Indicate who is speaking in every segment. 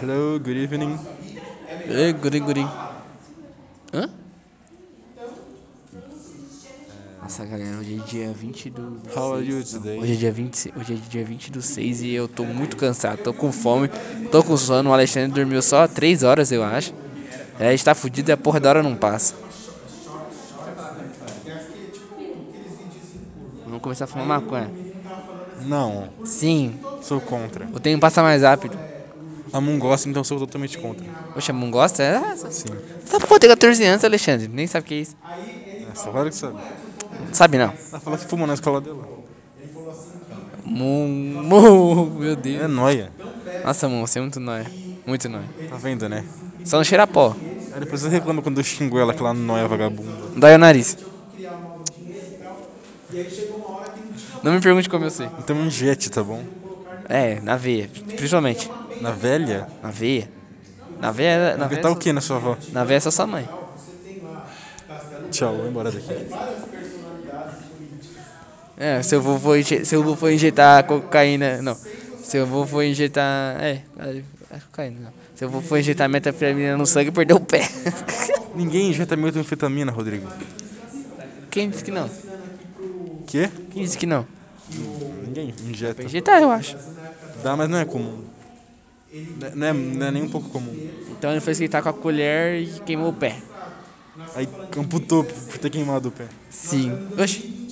Speaker 1: Hello, good evening.
Speaker 2: Ei, guri, guri. Hã? Nossa, galera, hoje é dia 20 do...
Speaker 1: How are you
Speaker 2: seis, não.
Speaker 1: today?
Speaker 2: Hoje é dia 20, hoje é dia 20 do 6 e eu tô muito cansado, tô com fome, tô com sono. O Alexandre dormiu só 3 horas, eu acho. É, a gente tá fudido e a porra da hora não passa. Vamos começar a fumar maconha.
Speaker 1: Não,
Speaker 2: Sim,
Speaker 1: sou contra.
Speaker 2: o tempo passa mais rápido.
Speaker 1: A Moon gosta, então sou totalmente contra.
Speaker 2: Poxa, não gosta? É, essa
Speaker 1: Sim.
Speaker 2: essa porra tem 14 anos, Alexandre. Nem sabe o que é isso.
Speaker 1: Essa claro que sabe.
Speaker 2: Sabe não.
Speaker 1: Ela falou que fuma na escola dela.
Speaker 2: Mum, mum, meu Deus.
Speaker 1: É noia.
Speaker 2: Nossa, mum, você é muito nóia. Muito nóia.
Speaker 1: Tá vendo, né?
Speaker 2: Só não cheira a pó.
Speaker 1: Aí depois você reclama quando eu xingo ela que ela não é vagabunda.
Speaker 2: Dói o nariz. Não me pergunte como eu sei.
Speaker 1: Então um jet, tá bom?
Speaker 2: É, na veia. Principalmente.
Speaker 1: Na velha?
Speaker 2: Na veia. Na veia, na
Speaker 1: Vai
Speaker 2: veia,
Speaker 1: tá
Speaker 2: é
Speaker 1: o
Speaker 2: só-
Speaker 1: que na sua avó?
Speaker 2: na veia é só sua mãe.
Speaker 1: Tchau, vou embora daqui.
Speaker 2: É, seu avô for, inje- seu avô for injetar cocaína. Não. Seu avô for injetar. É, é cocaína. Não. Seu avô for injetar metafetamina no sangue, perdeu o pé.
Speaker 1: Ninguém injeta metanfetamina, Rodrigo.
Speaker 2: Quem disse que não?
Speaker 1: Quê?
Speaker 2: Quem disse que não?
Speaker 1: Ninguém injeta.
Speaker 2: Pra injetar, eu acho.
Speaker 1: Dá, mas não é comum. N- Não é, não é nem um pouco comum.
Speaker 2: Então ele foi esquentar com a colher e queimou o pé.
Speaker 1: Aí amputou por ter queimado o pé.
Speaker 2: Sim. Oxi.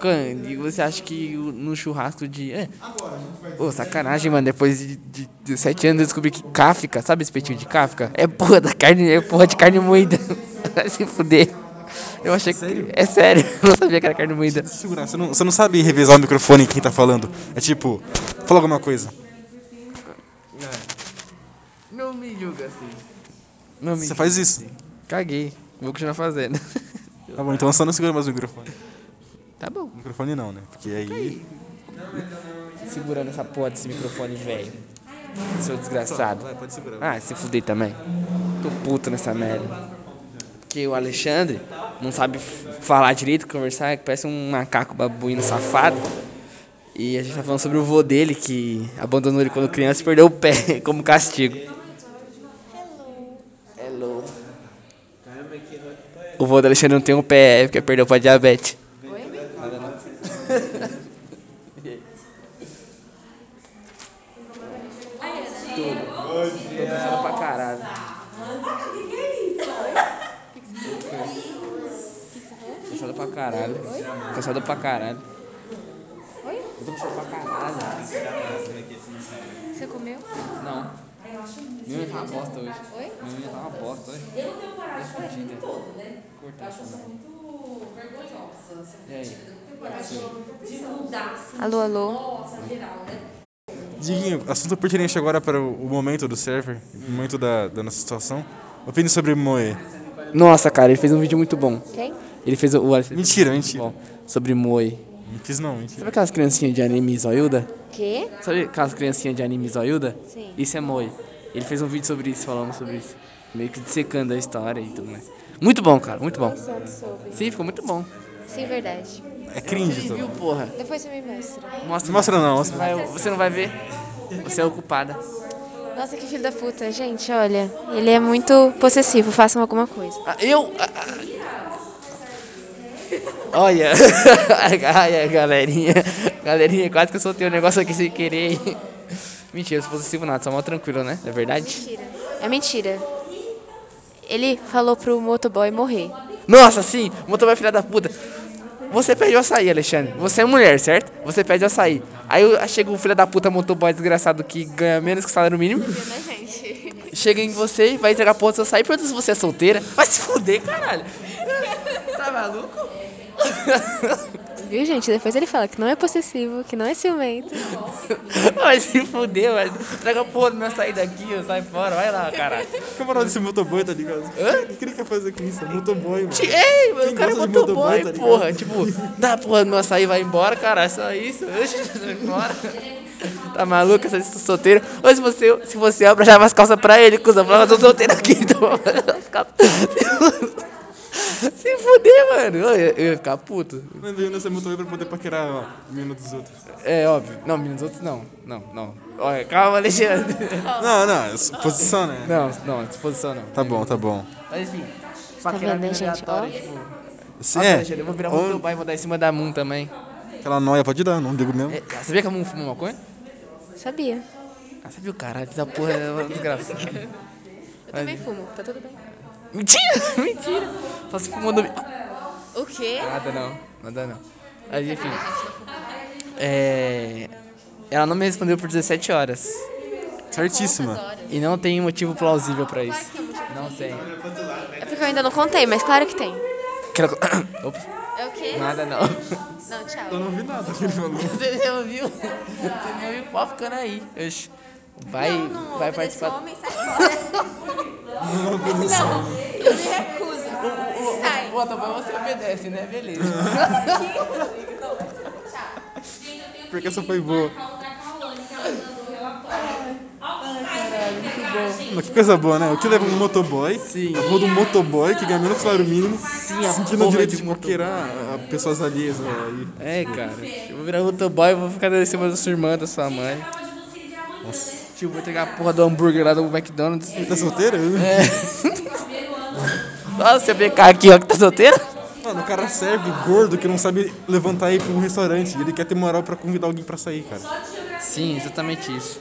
Speaker 2: Can- E você acha que o- no churrasco de. É. Pô, sacanagem, mano. Depois de, de, de sete anos eu descobri que Kafka, sabe esse peitinho de Kafka? É porra da carne, é porra de carne moída. Vai se fuder. Eu achei que. É sério, eu não sabia que era carne moída.
Speaker 1: Segurar, você não, você não sabe revisar o microfone em quem tá falando. É tipo, fala alguma coisa.
Speaker 2: Não me julga assim. Não me
Speaker 1: Você faz isso.
Speaker 2: Caguei. Vou continuar fazendo.
Speaker 1: Tá bom, então só não segura mais o microfone.
Speaker 2: tá bom.
Speaker 1: O microfone não, né? Porque aí.
Speaker 2: Segurando essa porra desse microfone, velho. Seu desgraçado.
Speaker 1: Vai, pode segurar.
Speaker 2: Ah, se fuder também. Tô puto nessa merda. Porque o Alexandre não sabe f- falar direito, conversar, que parece um macaco babuíno safado. E a gente tá falando sobre o vô dele que abandonou ele quando criança e perdeu o pé como castigo. Hello. O vô do Alexandre não tem um pé, é porque perdeu pra diabetes. Tô pensando pra caralho. Cansado pra caralho. Cansado pra caralho. Tá
Speaker 3: Oi?
Speaker 2: Eu tô cansado pra caralho.
Speaker 3: Você comeu?
Speaker 2: Não. Minha unha tá uma bosta hoje.
Speaker 3: Oi?
Speaker 2: Minha unha tá uma bosta hoje.
Speaker 4: Eu não tenho coragem de fazer de todo, né? Eu acho que eu sou muito vergonhosa. assim,
Speaker 2: E aí?
Speaker 4: Eu não tenho coragem de mudar assim.
Speaker 3: Alô, alô.
Speaker 4: Nossa, geral, né?
Speaker 1: Diguinho, assunto pertinente agora para o o momento do server, o momento da, da nossa situação. Opine sobre Moe.
Speaker 2: Nossa, cara, ele fez um vídeo muito bom.
Speaker 3: Quem?
Speaker 2: Ele fez o... o Alexandre
Speaker 1: Mentira,
Speaker 2: fez
Speaker 1: mentira.
Speaker 2: um vídeo muito Bom, sobre Moi.
Speaker 1: Não fiz não, mentira.
Speaker 2: Sabe aquelas criancinhas de anime zoiuda?
Speaker 3: Quê?
Speaker 2: Sabe aquelas criancinhas de anime zoiuda?
Speaker 3: Sim.
Speaker 2: Isso é Moi. Ele fez um vídeo sobre isso, falando sobre isso. Meio que dissecando a história e tudo mais. Muito bom, cara, muito bom.
Speaker 3: Pensando sobre.
Speaker 2: Sim, ficou muito bom.
Speaker 3: Sim, verdade.
Speaker 1: É cringe,
Speaker 2: Viu,
Speaker 1: tá?
Speaker 2: porra?
Speaker 3: Depois você me mostra.
Speaker 2: Mostra,
Speaker 1: Mostra não,
Speaker 2: Você
Speaker 1: mostra.
Speaker 2: não vai- você não vai ver. Você é ocupada.
Speaker 3: Nossa, que filho da puta. Gente, olha. Ele é muito possessivo. Façam alguma coisa.
Speaker 2: Ah, eu? Ah, ah. Olha. Ai, ai, galerinha. Galerinha, quase que eu soltei o negócio aqui sem querer. Mentira, eu sou possessivo nada, só mal tranquilo, né? É verdade?
Speaker 3: Mentira. É mentira. Ele falou pro motoboy morrer.
Speaker 2: Nossa, sim, motoboy filha da puta. Você pede o açaí, Alexandre. Você é mulher, certo? Você pede o açaí. Aí eu- chega o filho da puta motoboy desgraçado que ganha menos que o salário mínimo. Chega em você e vai entregar porra do seu açaí. Pergunta se você é solteira. Vai se fuder, caralho. Tá maluco?
Speaker 3: Viu, gente? Depois ele fala que não é possessivo, que não é ciumento.
Speaker 2: Vai se fuder, vai. Traga a porra do meu açaí daqui, eu saio fora. Vai lá, caralho.
Speaker 1: Camarada desse motoboy, tá ligado?
Speaker 2: Hã?
Speaker 1: O que que ele quer fazer com isso? É Motoboy, mano.
Speaker 2: Ei, mano, o cara
Speaker 1: gosta de
Speaker 2: botou
Speaker 1: motoboy,
Speaker 2: boy,
Speaker 1: tá ligado?
Speaker 2: porra. Tipo, dá a porra do meu açaí, vai embora, cara. é Só isso. Oxe, vai embora. Tá maluco essa de solteiro? Ou se você, se você abre, já as calças pra ele, cuzão. Fala, eu sou solteiro aqui, então. as calças. Se fuder, mano. Eu, eu ia ficar puto.
Speaker 1: Mas eu não sei muito bem pra poder paquerar a mina dos outros.
Speaker 2: É óbvio. Não, meninos outros não. Não, não. Olha, calma, Alexandre.
Speaker 1: Não, não, isso- posição, né?
Speaker 2: Não, não, disposição não.
Speaker 1: Tá bom, tá bom.
Speaker 2: Mas enfim,
Speaker 3: vendo,
Speaker 2: paquera
Speaker 3: né, gente?
Speaker 2: aleatória,
Speaker 3: Ó.
Speaker 2: tipo.
Speaker 1: Assim,
Speaker 2: Nossa,
Speaker 1: é,
Speaker 2: Alexandre, eu vou virar um
Speaker 1: ou-
Speaker 2: teu pai e vou dar em cima da Moon também.
Speaker 1: Aquela noia pode dar, não digo mesmo.
Speaker 2: É, sabia que a Moon fuma maconha?
Speaker 3: Sabia.
Speaker 2: Ah, sabia o caralho, essa porra é uma desgraça.
Speaker 3: Eu também fumo, tá tudo bem.
Speaker 2: mentira, mentira. Só se fumou no...
Speaker 3: O quê?
Speaker 2: Nada não, nada não. Mas enfim. É... Ela não me respondeu por 17 horas.
Speaker 1: Certíssima.
Speaker 2: E não tem motivo plausível pra isso. Não tem.
Speaker 3: É porque eu ainda não contei, mas claro que tem.
Speaker 2: Quero- Opa,
Speaker 3: É o quê?
Speaker 2: nada não.
Speaker 3: Não, tchau.
Speaker 1: Eu não vi nada que ele falou.
Speaker 2: Você nem ouviu? Você nem ouviu pó ficando aí. Oxi. Vai, vai participar.
Speaker 3: sai fora. Não, eu me recuso. Sai.
Speaker 2: Pô, então você obedece, né? Beleza.
Speaker 4: Gente, eu tenho
Speaker 1: Porque
Speaker 4: que
Speaker 1: essa foi boa.
Speaker 4: marcar o da Kaolane, que ela mandou o relatório. Alguém vai entregar a gente.
Speaker 1: Mas que coisa boa, né? O que leva um motoboy?
Speaker 2: Sim.
Speaker 1: A rua do motoboy que ganha menos salário mínimo. Sim,
Speaker 2: a
Speaker 1: sentindo
Speaker 2: porra
Speaker 1: o direito
Speaker 2: de
Speaker 1: de
Speaker 2: motoboy.
Speaker 1: paquerar a pessoas alheias né, aí.
Speaker 2: É, cara. Eu vou virar motoboy e vou ficar dando em cima da sua irmã, da sua mãe.
Speaker 4: Fala de vocês e amanhã, né?
Speaker 2: Tio, vou entregar a porra do hambúrguer lá do McDonald's. É.
Speaker 1: Tá solteira?
Speaker 4: Primeiro ano.
Speaker 2: Nossa, você BK aqui, ó, que tá solteiro?
Speaker 1: Mano, o cara serve gordo que não sabe levantar aí pra um restaurante. Ele quer ter moral pra convidar alguém pra sair, cara.
Speaker 2: Sim, exatamente isso.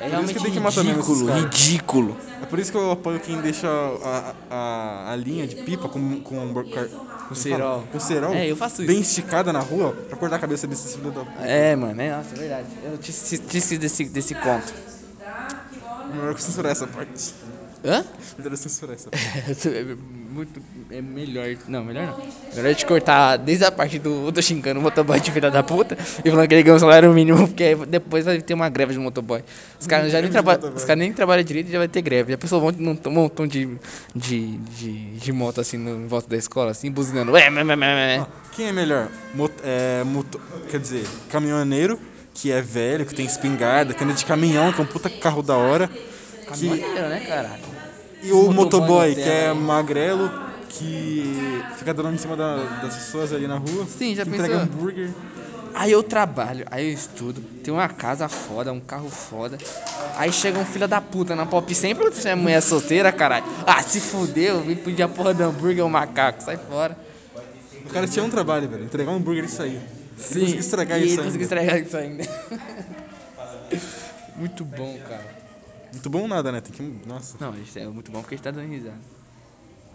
Speaker 2: É
Speaker 1: realmente tem
Speaker 2: realmente
Speaker 1: que matar mesmo esses
Speaker 2: ridículo,
Speaker 1: caras.
Speaker 2: ridículo.
Speaker 1: É por isso que eu apoio quem deixa a, a, a linha de pipa com, com, hambúrguer- car-
Speaker 2: Com cerol.
Speaker 1: com cerol
Speaker 2: É, eu faço isso.
Speaker 1: bem esticada na rua pra cortar a cabeça desse filho da.
Speaker 2: É, mano, é, nossa, é verdade. Eu te, te, te esqueci desse, desse conto.
Speaker 1: Melhor que censurar essa parte.
Speaker 2: Hã?
Speaker 1: Melhor censurar essa parte.
Speaker 2: É muito. É melhor. Não, melhor não. Melhor é te cortar desde a parte do. Eu tô xingando o motoboy de filha da puta e falando que ele ganha um salário mínimo, porque aí depois vai ter uma greve de motoboy. Os caras já
Speaker 1: Greve
Speaker 2: nem,
Speaker 1: de
Speaker 2: traba
Speaker 1: motoboy.
Speaker 2: os cara nem trabalham direito e já vai ter greve. E a pessoa monta num t- um montão de, de, de, de moto assim no, em volta da escola, assim, buzinando. Ué, mé, mé, mé, mé, mé.
Speaker 1: Quem é melhor? Mot- é, moto- quer dizer, caminhoneiro, que é velho, que tem espingarda, que anda de caminhão, que é um puta carro da hora. Que,
Speaker 2: Maneiro, né, caralho?
Speaker 1: e o
Speaker 2: Motoboy
Speaker 1: motoboy, que
Speaker 2: Nutella,
Speaker 1: é
Speaker 2: né?
Speaker 1: magrelo, que fica dando em cima da- das pessoas ali na rua.
Speaker 2: Sim, já
Speaker 1: que entrega
Speaker 2: pensou?
Speaker 1: hambúrguer.
Speaker 2: Aí eu trabalho, aí eu estudo, tenho uma casa foda, um carro foda. Aí chega um filho da puta na pop sempre que minha é mulher solteira, caralho. Ah, se fudeu, vim pedir a porra do hambúrguer, o macaco, sai fora.
Speaker 1: O cara tinha um trabalho, velho. Entregar um hambúrguer e sair. Ele conseguiu estragar
Speaker 2: e
Speaker 1: isso
Speaker 2: ele conseguiu
Speaker 1: ainda.
Speaker 2: estragar isso ainda. muito bom, cara.
Speaker 1: Muito bom nada, né? Tem que. Nossa.
Speaker 2: Não, isso é muito bom porque a gente tá dando risada.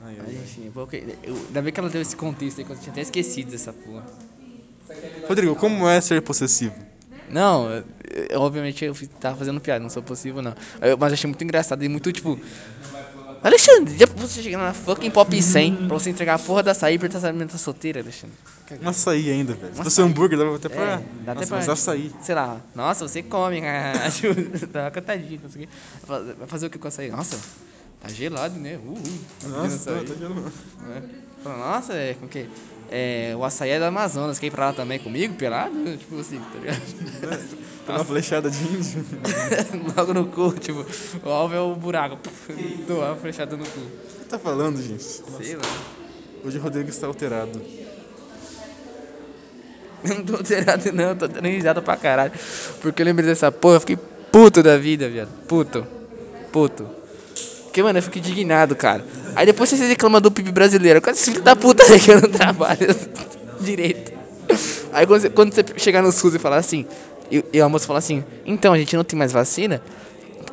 Speaker 1: Ai,
Speaker 2: Mas
Speaker 1: ai.
Speaker 2: enfim, é porque, eu, ainda bem que ela deu esse contexto aí, que eu tinha até esquecido dessa porra.
Speaker 1: Rodrigo, como é ser possessivo?
Speaker 2: Não, eu- eu- obviamente eu fiz- tava fazendo piada, não sou possível, não. Eu- mas eu achei muito engraçado e muito tipo. Alexandre, já você chegar na fucking Pop 100 pra você entregar a porra da açaí e perguntar se a menina tá solteira, Alexandre.
Speaker 1: Um açaí ainda, velho. Se fosse hambúrguer, dava até pra.
Speaker 2: É, dá
Speaker 1: nossa,
Speaker 2: até pra.
Speaker 1: mas açaí.
Speaker 2: Sei lá, nossa, você come, ajuda, dá uma cantadinha, não sei o quê. Fala, Vai fazer o que com açaí? Nossa, tá gelado, né? Uh, uh, tá pedindo
Speaker 1: Nossa, tá,
Speaker 2: açaí,
Speaker 1: tá gelando.
Speaker 2: né? Fala, nossa, é, como que é? É, o açaí é da Amazonas, quer ir pra lá também é comigo, pelado? Tipo assim, tá ligado?
Speaker 1: Tá uma flechada de índio.
Speaker 2: Logo no cu, tipo, o alvo é o buraco. Puf, Do alvo fechado no cu.
Speaker 1: O que tá falando, gente?
Speaker 2: Sei lá.
Speaker 1: Hoje o Rodrigo está alterado.
Speaker 2: Eu não tô alterado não, eu tô dando risada pra caralho. Porque eu lembrei dessa porra, eu fiquei puto da vida, viado. Puto. Puto. Porque, mano, eu fico indignado, cara. Aí depois vocês reclamam do PIB brasileiro. Quase filho da puta aí que eu não trabalho direito. Aí quando você, quando você chegar no SUS e falar assim, e, e a moça falar assim, então, a gente não tem mais vacina?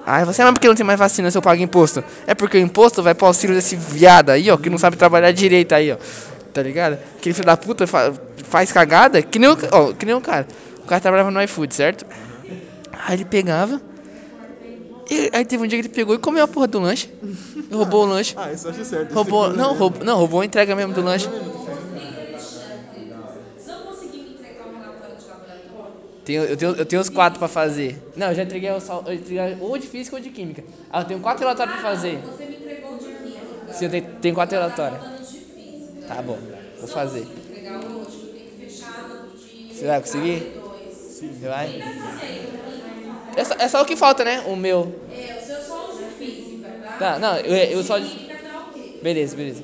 Speaker 2: Aí você, "Ah, mas por que não tem mais vacina se eu pago imposto? É porque o imposto vai pro auxílio desse viado aí, ó, que não sabe trabalhar direito aí, ó. Tá ligado? Aquele filho da puta fa- faz cagada, que nem o, ca- ó, que nem o cara. O cara trabalhava no iFood, certo? Aí ele pegava. e- aí teve um dia que ele pegou e comeu a porra do lanche. Roubou o lanche.
Speaker 1: Ah, isso eu acho certo.
Speaker 2: Roubou. Não, roubou, não, roubou a entrega mesmo do lanche.
Speaker 4: Não consegui me entregar o relatório de laboratório.
Speaker 2: Tenho- eu, tenho, eu tenho os quatro pra fazer. Não, eu já entreguei, o sal- eu entreguei ou de física ou de química. Ah, eu tenho quatro relatórios pra fazer.
Speaker 4: Ah, Você me entregou de química.
Speaker 2: Sim, eu tenho, tenho quatro relatórios.
Speaker 4: Plano de física.
Speaker 2: Tá bom, vou fazer.
Speaker 4: Entregar o último, tem que fechar no de.
Speaker 2: Você vai conseguir?
Speaker 4: Dois.
Speaker 2: Você vai? É só, é só o que falta, né? O meu.
Speaker 4: né? É, o seu só o de física, tá?
Speaker 2: Tá, não, eu, eu só.
Speaker 4: Química tá ok.
Speaker 2: Beleza, beleza.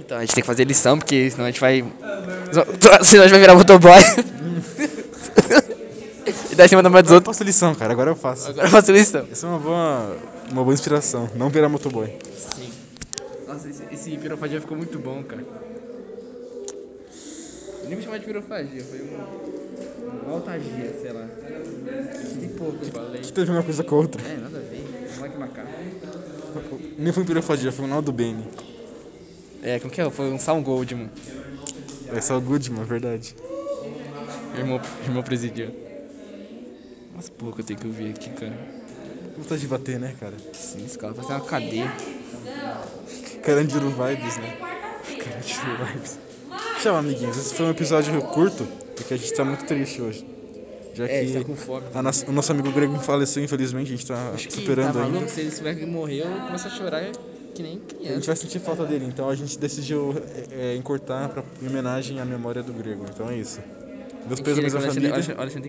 Speaker 2: Então, a gente tem que fazer lição, porque senão a gente vai. Senão a gente vai virar motoboy. e dar em cima da mão dos
Speaker 1: Eu
Speaker 2: outros.
Speaker 1: faço lição, cara. Agora eu faço.
Speaker 2: Agora eu faço lição.
Speaker 1: Essa é uma boa, uma boa inspiração. Não virar motoboy.
Speaker 2: Nossa, esse, esse pirofagia ficou muito bom, cara. Nem me chamar de pirofagia, foi um. Uma altagia, sei lá. Que pouco eu falei.
Speaker 1: Que teve uma coisa com a outra.
Speaker 2: É, nada a ver. Moleque macaco.
Speaker 1: Nem foi um pirofagia, foi um Naldo Bene.
Speaker 2: É, como que é? Foi um Sound Gold, mano.
Speaker 1: É só o Goodman, é verdade.
Speaker 2: Irmão, irmão presidiu. Umas pouco eu tenho que ouvir aqui, cara.
Speaker 1: Vontade de bater, né, cara?
Speaker 2: Sim, esse cara vai ser uma cadeia.
Speaker 1: Carandiru vibes, né? Carandiru vibes. Tchau, amiguinhos. Esse foi um episódio curto, porque a gente tá muito triste hoje. Já
Speaker 2: É, a gente
Speaker 1: que
Speaker 2: tá com fome.
Speaker 1: a nossa- o nosso amigo Grego faleceu, infelizmente, a gente tá superando
Speaker 2: tá
Speaker 1: ainda.
Speaker 2: maluco, se ele souber que morreu, começa a chorar que nem
Speaker 1: A gente
Speaker 2: criança.
Speaker 1: vai sentir falta dele, então a gente decidiu é, é, encurtar pra, em homenagem à memória do Grego. Então é isso. Meus
Speaker 2: Mentira,
Speaker 1: pêsames à
Speaker 2: quando o Alexandre-
Speaker 1: família.
Speaker 2: o Alexandre